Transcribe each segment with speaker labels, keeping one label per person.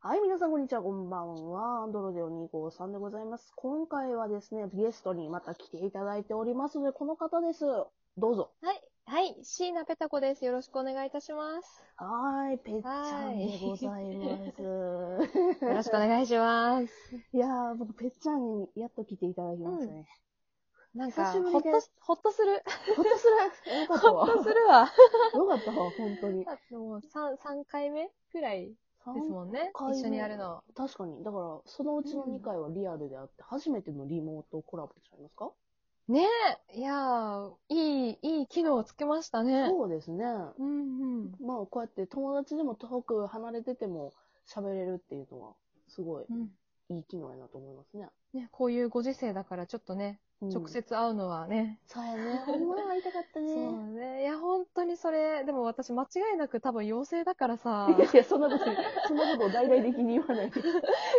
Speaker 1: はい、皆さん、こんにちは、こんばんは。アンドロデオ253でございます。今回はですね、ゲストにまた来ていただいておりますので、この方です。どうぞ。
Speaker 2: はい。はい。椎名ペタ子です。よろしくお願いいたします。
Speaker 1: はーい、ぺっちゃんでございます。
Speaker 2: よろしくお願いします。
Speaker 1: いやー、僕、ぺっちゃんにやっと来ていただきましたね。
Speaker 2: なんか、
Speaker 1: 久しぶ
Speaker 2: ほ
Speaker 1: りで
Speaker 2: っとし、ほっとする。
Speaker 1: ほっとする。よかった
Speaker 2: ほ
Speaker 1: わ。
Speaker 2: っとす
Speaker 1: よ
Speaker 2: る わ。
Speaker 1: かったわ、本当に。
Speaker 2: でも、3、三回目くらいですもんね
Speaker 1: 三回。目
Speaker 2: 一緒にやるの。
Speaker 1: 確かに。だから、そのうちの2回はリアルであって、初めてのリモートコラボちゃいますか、
Speaker 2: ねえ。いやー、いい、いい機能をつけましたね。
Speaker 1: そうですね。
Speaker 2: うんうん。
Speaker 1: まあ、こうやって友達でも遠く離れてても喋れるっていうのは、すごい
Speaker 2: うん
Speaker 1: いい機能やなと思いますね。
Speaker 2: ね、こういうご時世だからちょっとね、
Speaker 1: うん
Speaker 2: 直。接会うのはね。
Speaker 1: そうやね。ほんまは会いたかったね。
Speaker 2: そうね。いや、本当にそれ、でも私間違いなく多分陽性だから さ。
Speaker 1: いやいや、そんなこと、そんなことを大々的に言わないで。
Speaker 2: い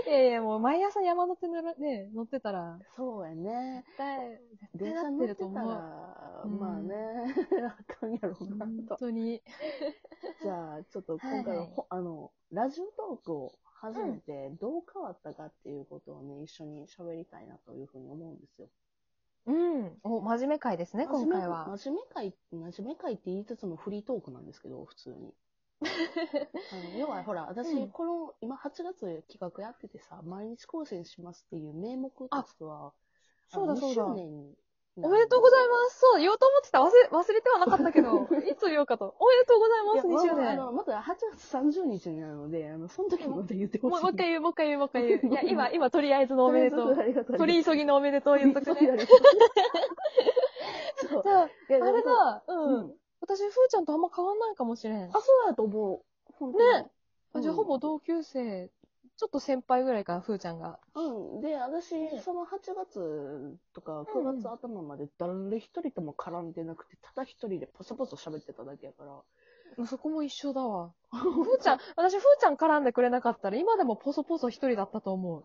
Speaker 2: やいや、もう毎朝山手乗るね、乗ってたら、
Speaker 1: そうやね。
Speaker 2: 絶対、
Speaker 1: 電
Speaker 2: 絶対
Speaker 1: 車
Speaker 2: なっ
Speaker 1: 乗
Speaker 2: て
Speaker 1: って
Speaker 2: る
Speaker 1: た
Speaker 2: と
Speaker 1: ら、
Speaker 2: 思う。うん
Speaker 1: まあね、あかんやろうな
Speaker 2: 本
Speaker 1: と。
Speaker 2: 当に。
Speaker 1: じゃあ、ちょっと今回は、ほあの、ラジオトークを初めてどう変わったかっていうことをね、一緒に喋りたいなというふうに思うんですよ。
Speaker 2: うん。お、真面目会ですね、今回は。
Speaker 1: 真面目会、真面目会って言いつつもフリートークなんですけど、普通 に。あの要はほら、私、
Speaker 2: うん
Speaker 1: この、今8月企画やっててさ、毎日更新しますっていう名目としては、
Speaker 2: そうだ
Speaker 1: あの
Speaker 2: そうだ
Speaker 1: 2周年に
Speaker 2: おめでとうござい
Speaker 1: す。
Speaker 2: ます。そう、言おうと思ってた。忘れ、忘れてはなかったけ ど、いつ言おうかと。おめでとうございます、
Speaker 1: いやま
Speaker 2: 20
Speaker 1: あ
Speaker 2: 年。
Speaker 1: まああの、まだ8月30日なので、あの、その時まで言ってほ
Speaker 2: も
Speaker 1: し
Speaker 2: う
Speaker 1: い。
Speaker 2: もう一 回言う、もう一回言う、もう一回 言う。いや、今、今、とりあえずの
Speaker 1: お
Speaker 2: おめ
Speaker 1: めで
Speaker 2: でと
Speaker 1: とう。
Speaker 2: う。
Speaker 1: ありがとう。
Speaker 2: 取り急ぎのおめでとう言っとく ね。
Speaker 1: そう。
Speaker 2: じゃあ、
Speaker 1: いや
Speaker 2: あれ
Speaker 1: なんか
Speaker 2: だ、う
Speaker 1: うん
Speaker 2: ん。。私、ふーちゃんとあんま変わんないかもしれん
Speaker 1: あ、。そうやと思う。本当に
Speaker 2: ねあじゃ
Speaker 1: うん
Speaker 2: あ、ほぼ同級生、ちょっと先輩ぐらいかな、ふーちゃんが。
Speaker 1: うん。で、私、その8月とか
Speaker 2: う
Speaker 1: 9
Speaker 2: んうん
Speaker 1: 月頭まで誰一人とも絡んでなくて、ただ一人でポソポソ喋ってただけやから。
Speaker 2: もうそこも一緒だわ。ふーちゃん、私、ふーちゃん絡んでくれなかったら、今でもポソポソ一人だったと 思う。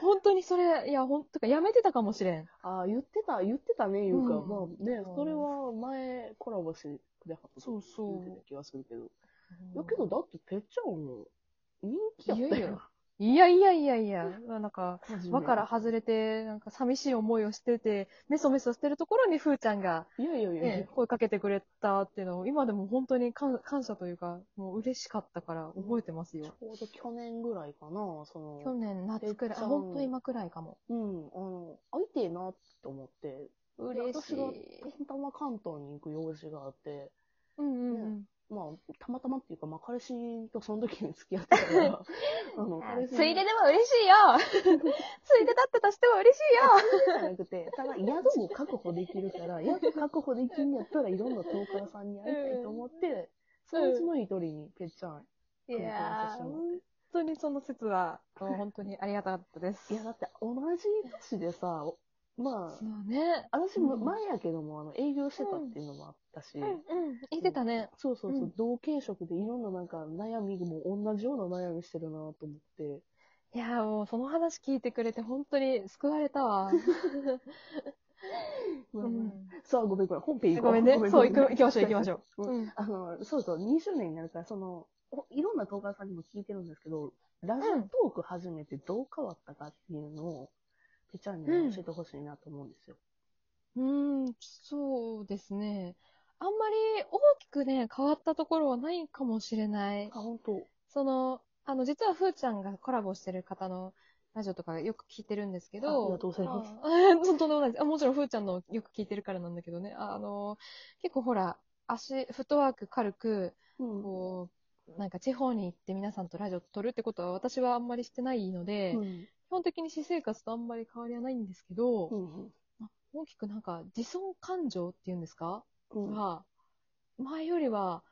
Speaker 2: 本当にそれ、いや、ほんとか、やめてたかもしれん。
Speaker 1: ああ、言ってた、言ってたね、言うか。
Speaker 2: うん
Speaker 1: まあね、
Speaker 2: うん
Speaker 1: それは前コラボしてくれはった時
Speaker 2: そうそう
Speaker 1: 言ってた気がするけど。いやけど、だってペッチャンも人気や
Speaker 2: い
Speaker 1: った
Speaker 2: やい
Speaker 1: よ
Speaker 2: や。いやいやいやいや、なんか、
Speaker 1: 初め
Speaker 2: 輪から外れて、なんか寂しい思いをしてて、メソメソしてるところにふーちゃんが、
Speaker 1: いやいやいやいや
Speaker 2: ね、声かけてくれたっていうのを、今でも本当に感感謝というか、もう嬉しかったから覚えてます
Speaker 1: ち
Speaker 2: よ。
Speaker 1: ょうど去年ぐらいかな、その。
Speaker 2: 去年夏くら
Speaker 1: め
Speaker 2: い、
Speaker 1: っちゃ
Speaker 2: あ、本当今くらいかも。
Speaker 1: うん、あの、会いてえなって思って、
Speaker 2: 嬉しい。
Speaker 1: たまたま関東に行く用事があって、
Speaker 2: うんうんうん。
Speaker 1: まあ、たまたまっていうか、まあ、彼氏とその時に付き合ってた から、あの、彼氏の
Speaker 2: ついででも嬉しいよ ついでだったとしても嬉しいよ
Speaker 1: じゃなくて、ただ宿も確保できるから、宿確保できんやったらいろんなトーカーさんに会いたいと思って、そのうちの一人にぺっちゃん
Speaker 2: い
Speaker 1: 来る
Speaker 2: や
Speaker 1: 話
Speaker 2: ー、
Speaker 1: も
Speaker 2: 本当にその説は、あの本当にありがたかったです。
Speaker 1: いや、だって同じ年でさ、おまあ
Speaker 2: そ、うね。
Speaker 1: 私も
Speaker 2: うん
Speaker 1: 前やけども、あの、営業してたっていうのもあったし、
Speaker 2: うんうん。言ってたね。
Speaker 1: そうそうそう、
Speaker 2: うん
Speaker 1: 同系色でいろんななんか悩みも同じような悩みしてるなと思って、
Speaker 2: いやー、もうその話聞いてくれて本当に救われたわ。うん
Speaker 1: さあ、ごめん、これ、本編行こ
Speaker 2: ご
Speaker 1: う。
Speaker 2: めんね。そう、行く行きましょう、行きま
Speaker 1: ょ
Speaker 2: しょう。うん。
Speaker 1: あの、そうそう、20年になるから、その、おいろんな動画さんにも聞いてるんですけど、ラジオトーク始めてどう変わったかっていうのを、ぺちゃんに教えてほしいなと思うんですよ。
Speaker 2: うーん、そうですね。あんまり大きくね、変わったところはないかもしれない
Speaker 1: あ、。本当
Speaker 2: その、あの、実はふーちゃんがコラボしてる方のラジオとかよく聞いてるんですけど、
Speaker 1: ありがとうございます
Speaker 2: あ。 そんなことないですあもちろんふーちゃんのよく聞いてるからなんだけどね、ああの、結構ほら、足、フットワーク軽く、
Speaker 1: うん。
Speaker 2: こう、なんか地方に行って皆さんとラジオ撮るってことは私はあんまりしてないので、
Speaker 1: う
Speaker 2: 基
Speaker 1: ん。
Speaker 2: 本的に私生活とあんまり変わりはないんですけど、
Speaker 1: うん。
Speaker 2: 大きくなんか自尊感情っていうんですか、
Speaker 1: うん。
Speaker 2: が、前よりは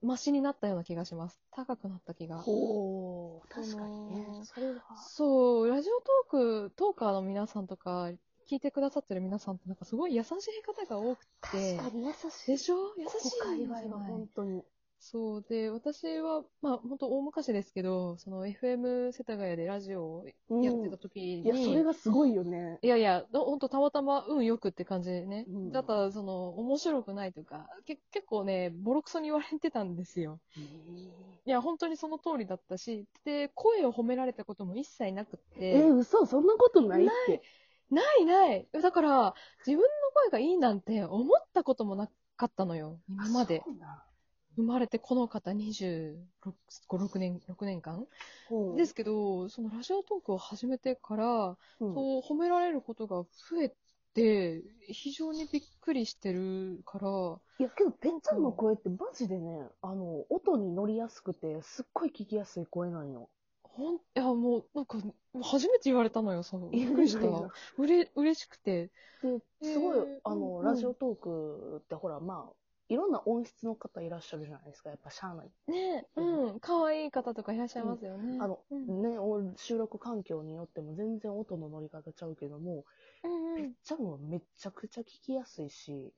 Speaker 2: マシになったような気がします。高くなった気が。
Speaker 1: ほう。確かにね
Speaker 2: そ。の
Speaker 1: それは。
Speaker 2: そう、ラジオトーク、トーカーの皆さんとか、聞いてくださってる皆さんって、なんかすごい優しい方が多くて、
Speaker 1: 確かに優しい。
Speaker 2: でしょ優しい
Speaker 1: ここ界
Speaker 2: んじゃ
Speaker 1: 隈は
Speaker 2: ない
Speaker 1: 本当に。
Speaker 2: そう。で、私は、まあ、本当大昔ですけど、その FM 世田谷でラジオを
Speaker 1: うん
Speaker 2: やってた時に、
Speaker 1: いや、それがすごいよね。
Speaker 2: いやいや、どほんとたまたま運よくって感じでね。
Speaker 1: うん
Speaker 2: だったら、その、面白くないというか、け結構ね、ボロクソに言われてたんですよ。いや、本当にその通りだったし、で、声を褒められたことも一切なくって、
Speaker 1: えー、嘘そんなことないって。
Speaker 2: ないないだから、自分の声がいいなんて思ったこともなかったのよ、今まで
Speaker 1: あ。そうなん
Speaker 2: 生まれてこの方26、5、6年、6年間
Speaker 1: うん
Speaker 2: ですけど、そのラジオトークを始めてから、
Speaker 1: うん
Speaker 2: そう褒められることが増えて、非常にびっくりしてるから、
Speaker 1: いや、けど、ぺっちゃんの声ってマジでね、あの、音に乗りやすくて、すっごい聞きやすい声なんよ。
Speaker 2: ほん、いやもう、なんか、初めて言われたのよ、その、 びっくりした。
Speaker 1: で、
Speaker 2: うれ、嬉しくて。
Speaker 1: すごい
Speaker 2: へー、
Speaker 1: あ
Speaker 2: うんう
Speaker 1: の、
Speaker 2: ん
Speaker 1: ラジオトークってほら、まあ、いろんな音質の方いらっしゃるじゃないですか、やっぱしゃあない。
Speaker 2: ねうん、可愛い方とかいらっしゃいますよね。
Speaker 1: あの
Speaker 2: うん、うん
Speaker 1: ね、お収録環境によっても全然音の乗り方ちゃうけども、
Speaker 2: うん
Speaker 1: ぺっちゃんはめちゃくちゃ聞きやすいし、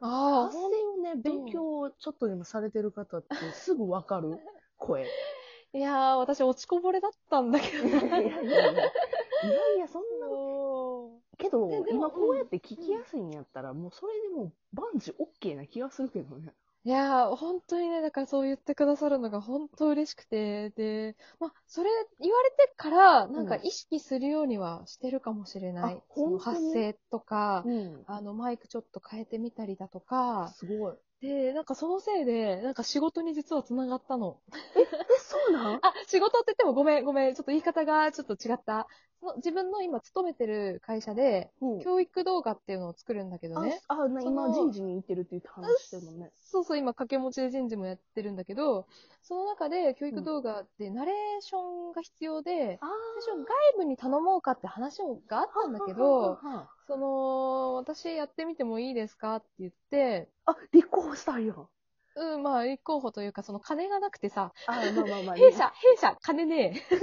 Speaker 2: ああ、
Speaker 1: 発声
Speaker 2: ほん
Speaker 1: をね、
Speaker 2: 当
Speaker 1: 勉強をちょっとでもされてる方ってすぐわかる 声。
Speaker 2: いやー、私落ちこぼれだったんだけど
Speaker 1: いやいやいや
Speaker 2: ね。
Speaker 1: いや、いやいやそんな
Speaker 2: そう
Speaker 1: けど
Speaker 2: で、でも
Speaker 1: 今こうやって聞きやすいんやったら、もうそれでもう万事 OK な気がするけどね。
Speaker 2: いやー、本当にね、だからそう言ってくださるのが本当嬉しくて、で、まあ、それ言われてから、なんか
Speaker 1: うん
Speaker 2: 意識するようにはしてるかもしれない
Speaker 1: あ。本当
Speaker 2: そ
Speaker 1: に
Speaker 2: の発声とか、
Speaker 1: うん。
Speaker 2: あの、マイクちょっと変えてみたりだとか、
Speaker 1: すごい。
Speaker 2: で、なんかそのせいで、なんか仕事に実は繋がったの。
Speaker 1: え、そうなん
Speaker 2: あ、仕事って言ってもごめん、ごめん、ちょっと言い方がちょっと違った。その自分の今勤めてる会社で、
Speaker 1: うん
Speaker 2: 教育動画っていうのを作るんだけど
Speaker 1: あ
Speaker 2: ね。、
Speaker 1: あな
Speaker 2: その
Speaker 1: 今人事に行ってるって言って話してるもんね。
Speaker 2: そうそう、今、掛け持ちで人事もやってるんだけど、その中で教育動画ってナレーションが必要で、
Speaker 1: ああ
Speaker 2: 最初外部に頼もうかって話があったんだけど、その、私やってみてもいいですかって言って、
Speaker 1: あ、立候補したんや。
Speaker 2: うん、まあ、立候補というか、その金がなくてさ、
Speaker 1: あ、まあまあ まあ。
Speaker 2: 弊社、弊社、金ね
Speaker 1: 弊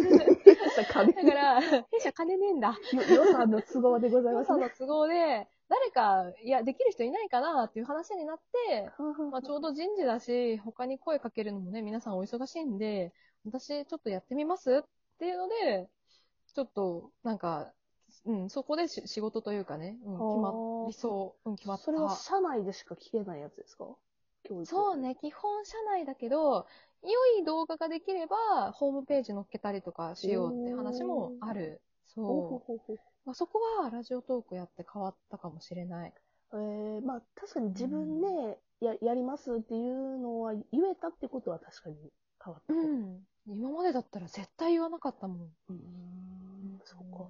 Speaker 1: 社金
Speaker 2: え。だから、 弊社金ねえんだ。
Speaker 1: 予算の都合でござい
Speaker 2: 皆
Speaker 1: ま
Speaker 2: さ
Speaker 1: す
Speaker 2: ん
Speaker 1: ね。
Speaker 2: の都合で、誰か、いや、できる人いないかなっていう話になって、まあ、ちょうど人事だし、他に声かけるのもね、皆さんお忙しいんで、私ちょっとやってみますっていうので、ちょっと、なんか、うん、そこでし仕事というかね、うん、
Speaker 1: あ
Speaker 2: 決
Speaker 1: ー
Speaker 2: まりそう、うん、決まった。
Speaker 1: それは社内でしか聞けないやつですか教育。
Speaker 2: そう。ね、基本社内だけど、良い動画ができれば、ホームページ載っけたりとかしようって話もある。
Speaker 1: ほうほう
Speaker 2: そ
Speaker 1: ほうほう
Speaker 2: う。まあ、そこは、ラジオトークやって変わったかもしれない。
Speaker 1: えー、まあ確かに自分でや,、やりますっていうのは言えたってことは確かに変わった
Speaker 2: う
Speaker 1: こと。
Speaker 2: ん。今までだったら絶対言わなかったもん。
Speaker 1: うーんそっか。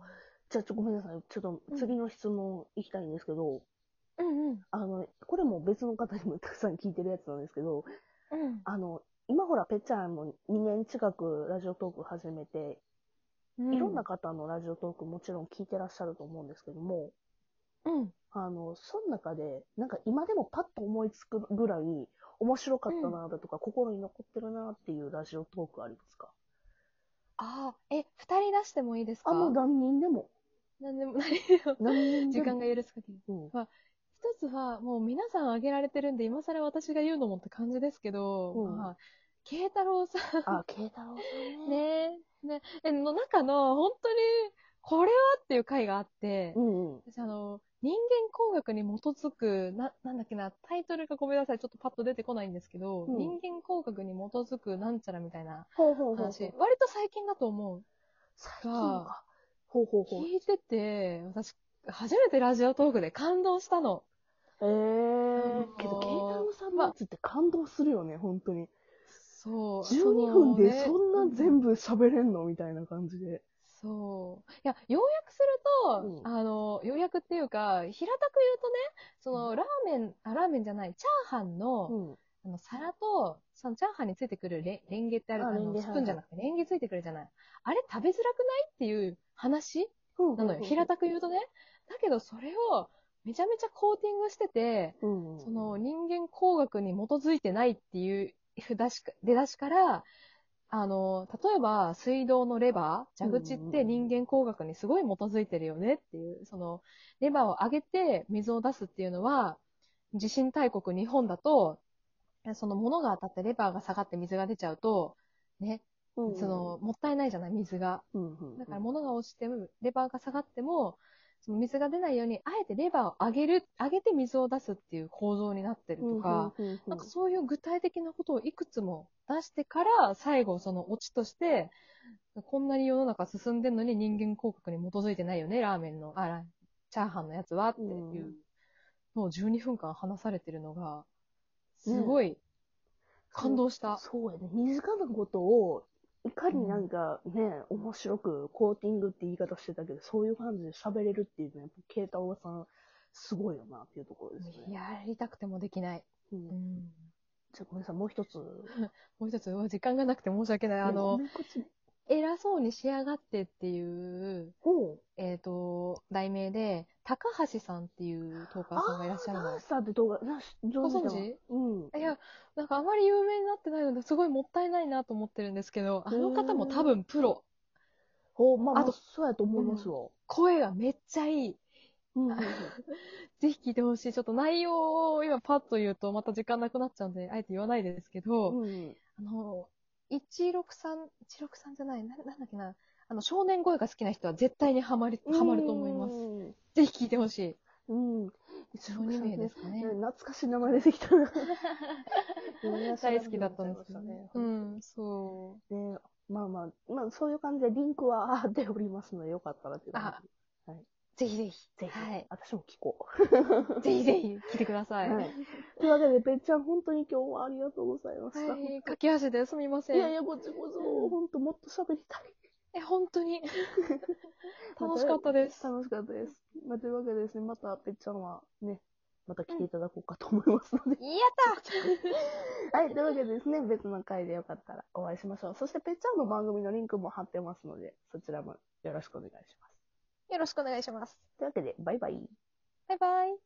Speaker 1: じゃあちょ、ごめんなさい。ちょっと次の質問いきたいんですけど、
Speaker 2: うんうん。
Speaker 1: あの、これも別の方にもたくさん聞いてるやつなんですけど、
Speaker 2: うん。
Speaker 1: あの、今ほら、ぺっちゃんも2年近くラジオトーク始めて、いろんな方のラジオトークもちろん聞いてらっしゃると思うんですけども、
Speaker 2: うん。
Speaker 1: あの、その中で、なんか今でもパッと思いつくぐらい、面白かったなだとか、心に残ってるなっていうラジオトークありますか
Speaker 2: ああ、え、二人出してもいいですか
Speaker 1: あ、もう何人でも。
Speaker 2: 何でもないよ。
Speaker 1: 何人で
Speaker 2: 時
Speaker 1: も。
Speaker 2: 間が許す限り。
Speaker 1: うん。
Speaker 2: 一つは、もう皆さん挙げられてるんで、今更私が言うのもって感じですけど、
Speaker 1: うん
Speaker 2: まあ、慶太郎さ
Speaker 1: あ、慶太郎さん
Speaker 2: ん
Speaker 1: ね。
Speaker 2: ね、ね、えの中の、本当に、これはっていう回があって
Speaker 1: う、んうん。
Speaker 2: 私あの、人間工学に基づく、な、なんだっけな、タイトルがごめんなさい、ちょっとパッと出てこないんですけど、
Speaker 1: うん
Speaker 2: 人間工学に基づくなんちゃらみたいな
Speaker 1: ほうほうほう。
Speaker 2: 話、
Speaker 1: 最近
Speaker 2: 割と最近だと思う。
Speaker 1: か。ほうほうほう。
Speaker 2: 聞いてて、私、初めてラジオトークで感動したの。
Speaker 1: え
Speaker 2: う
Speaker 1: ー
Speaker 2: ん。
Speaker 1: けど、慶太郎さんのやつって感動するよね、本当に。
Speaker 2: そう。
Speaker 1: 12分でそんな
Speaker 2: 部。
Speaker 1: 全部喋れんのみたいな感じで。
Speaker 2: そう。いや、要約すると、
Speaker 1: うん
Speaker 2: あの、要約っていうか、平たく言うとね、その、ラーメン、あ、ラーメンじゃない、チャーハンの、
Speaker 1: うん。
Speaker 2: あの、皿と、そのチャーハンについてくるレレンゲってある、
Speaker 1: あ
Speaker 2: あ
Speaker 1: レンゲ
Speaker 2: の、スプーンじゃなくて、レンゲついてくるじゃない。あれ食べづらくないっていう話なのよ。平たく言うとね。だけど、それを、めちゃめちゃコーティングしてて、
Speaker 1: うん。
Speaker 2: その人間工学に基づいてないっていう出だしか出だしから、あの、例えば水道のレバー、蛇口っ
Speaker 1: うんうんう
Speaker 2: て
Speaker 1: ん
Speaker 2: 人間工学にすごい基づいてるよねっていう、その、レバーを上げて水を出すっていうのは、地震大国日本だと、その物が当たってレバーが下がって水が出ちゃうと、ね、
Speaker 1: うん
Speaker 2: その、もったいないじゃない、水が。
Speaker 1: うんうんうん、
Speaker 2: だから物が落ちても、レバーが下がっても、その水が出ないように、あえてレバーを上げる、上げて水を出すっていう構造になってるとか、
Speaker 1: うんうんうんうん、
Speaker 2: なんかそういう具体的なことをいくつも出してから、最後そのオチとして、こんなに世の中進んでんのに人間広告に基づいてないよね、ラーメンの、あら、チャーハンのやつはっていう
Speaker 1: うん
Speaker 2: のを12分間話されてるのが、すごい感動した。
Speaker 1: そうやね。身近なことを、いかになんかね、面白くコーティングって言い方してたけど、そういう感じで喋れるっていうのは、やっぱ、ケータオさん、すごいよなっていうところですね。
Speaker 2: やりたくてもできない。
Speaker 1: うん
Speaker 2: うん
Speaker 1: じゃあごめんなさい、もう一つ。
Speaker 2: もう一つ、うわ時間がなくて申し訳ない。あの、
Speaker 1: もう一つね、
Speaker 2: 偉そうに仕上がってっていう、
Speaker 1: おう
Speaker 2: えっ、と、題名で、高橋さんっていうトーカーさんがいらっしゃる
Speaker 1: ダ
Speaker 2: の
Speaker 1: ン。サーって動画、なし上手だわ
Speaker 2: ご存知
Speaker 1: うん。
Speaker 2: いや、なんかあまり有名になってないので、すごいもったいないなと思ってるんですけど、あの方も多分プロ。
Speaker 1: おまあ、
Speaker 2: あ
Speaker 1: ま
Speaker 2: と
Speaker 1: あ、そうやと思いますわ。
Speaker 2: 声がめっちゃいい。
Speaker 1: うん。うん
Speaker 2: ぜひ聞いてほしい。ちょっと内容を今パッと言うとまた時間なくなっちゃうんで、あえて言わないですけど、
Speaker 1: うん。
Speaker 2: あの、163、163じゃない、ななんだっけな。あの、少年声が好きな人は絶対にハマる、 ハマると思います。ぜひ聞いてほしい。
Speaker 1: うん。うん。
Speaker 2: 12名ですかね。
Speaker 1: 懐かしい名前出てきた な。
Speaker 2: 大好きだったんですけど
Speaker 1: ね
Speaker 2: ね。うん、そう。
Speaker 1: で、まあまあ、まあそういう感じでリンクは貼っておりますので、よかったらという感じ
Speaker 2: ぜひぜひ。
Speaker 1: で。ぜひ、
Speaker 2: はい。
Speaker 1: 私も聞こ
Speaker 2: ぜひぜひ、来てくだ
Speaker 1: う。
Speaker 2: さい。
Speaker 1: はい。というわけで、べっちゃん、本当に今日はありがとうございました。
Speaker 2: はい、駆け足ですみません。
Speaker 1: いやいや、こっちこ
Speaker 2: う
Speaker 1: そ、
Speaker 2: ん
Speaker 1: 本当もっと喋りたい。
Speaker 2: え、本当に。 楽しかったです。
Speaker 1: 楽しかったです。まあ、というわけでですね、またべっちゃんはね、また来ていただこうかと思いますので。
Speaker 2: やった
Speaker 1: はい、というわけでですね、別の回でよかったらお会いしましょう。そして、ぺっちゃんの番組のリンクも貼ってますので、そちらもよろしくお願いします。
Speaker 2: よろしくお願いします。
Speaker 1: というわけで、バイバイ。
Speaker 2: バイバイ。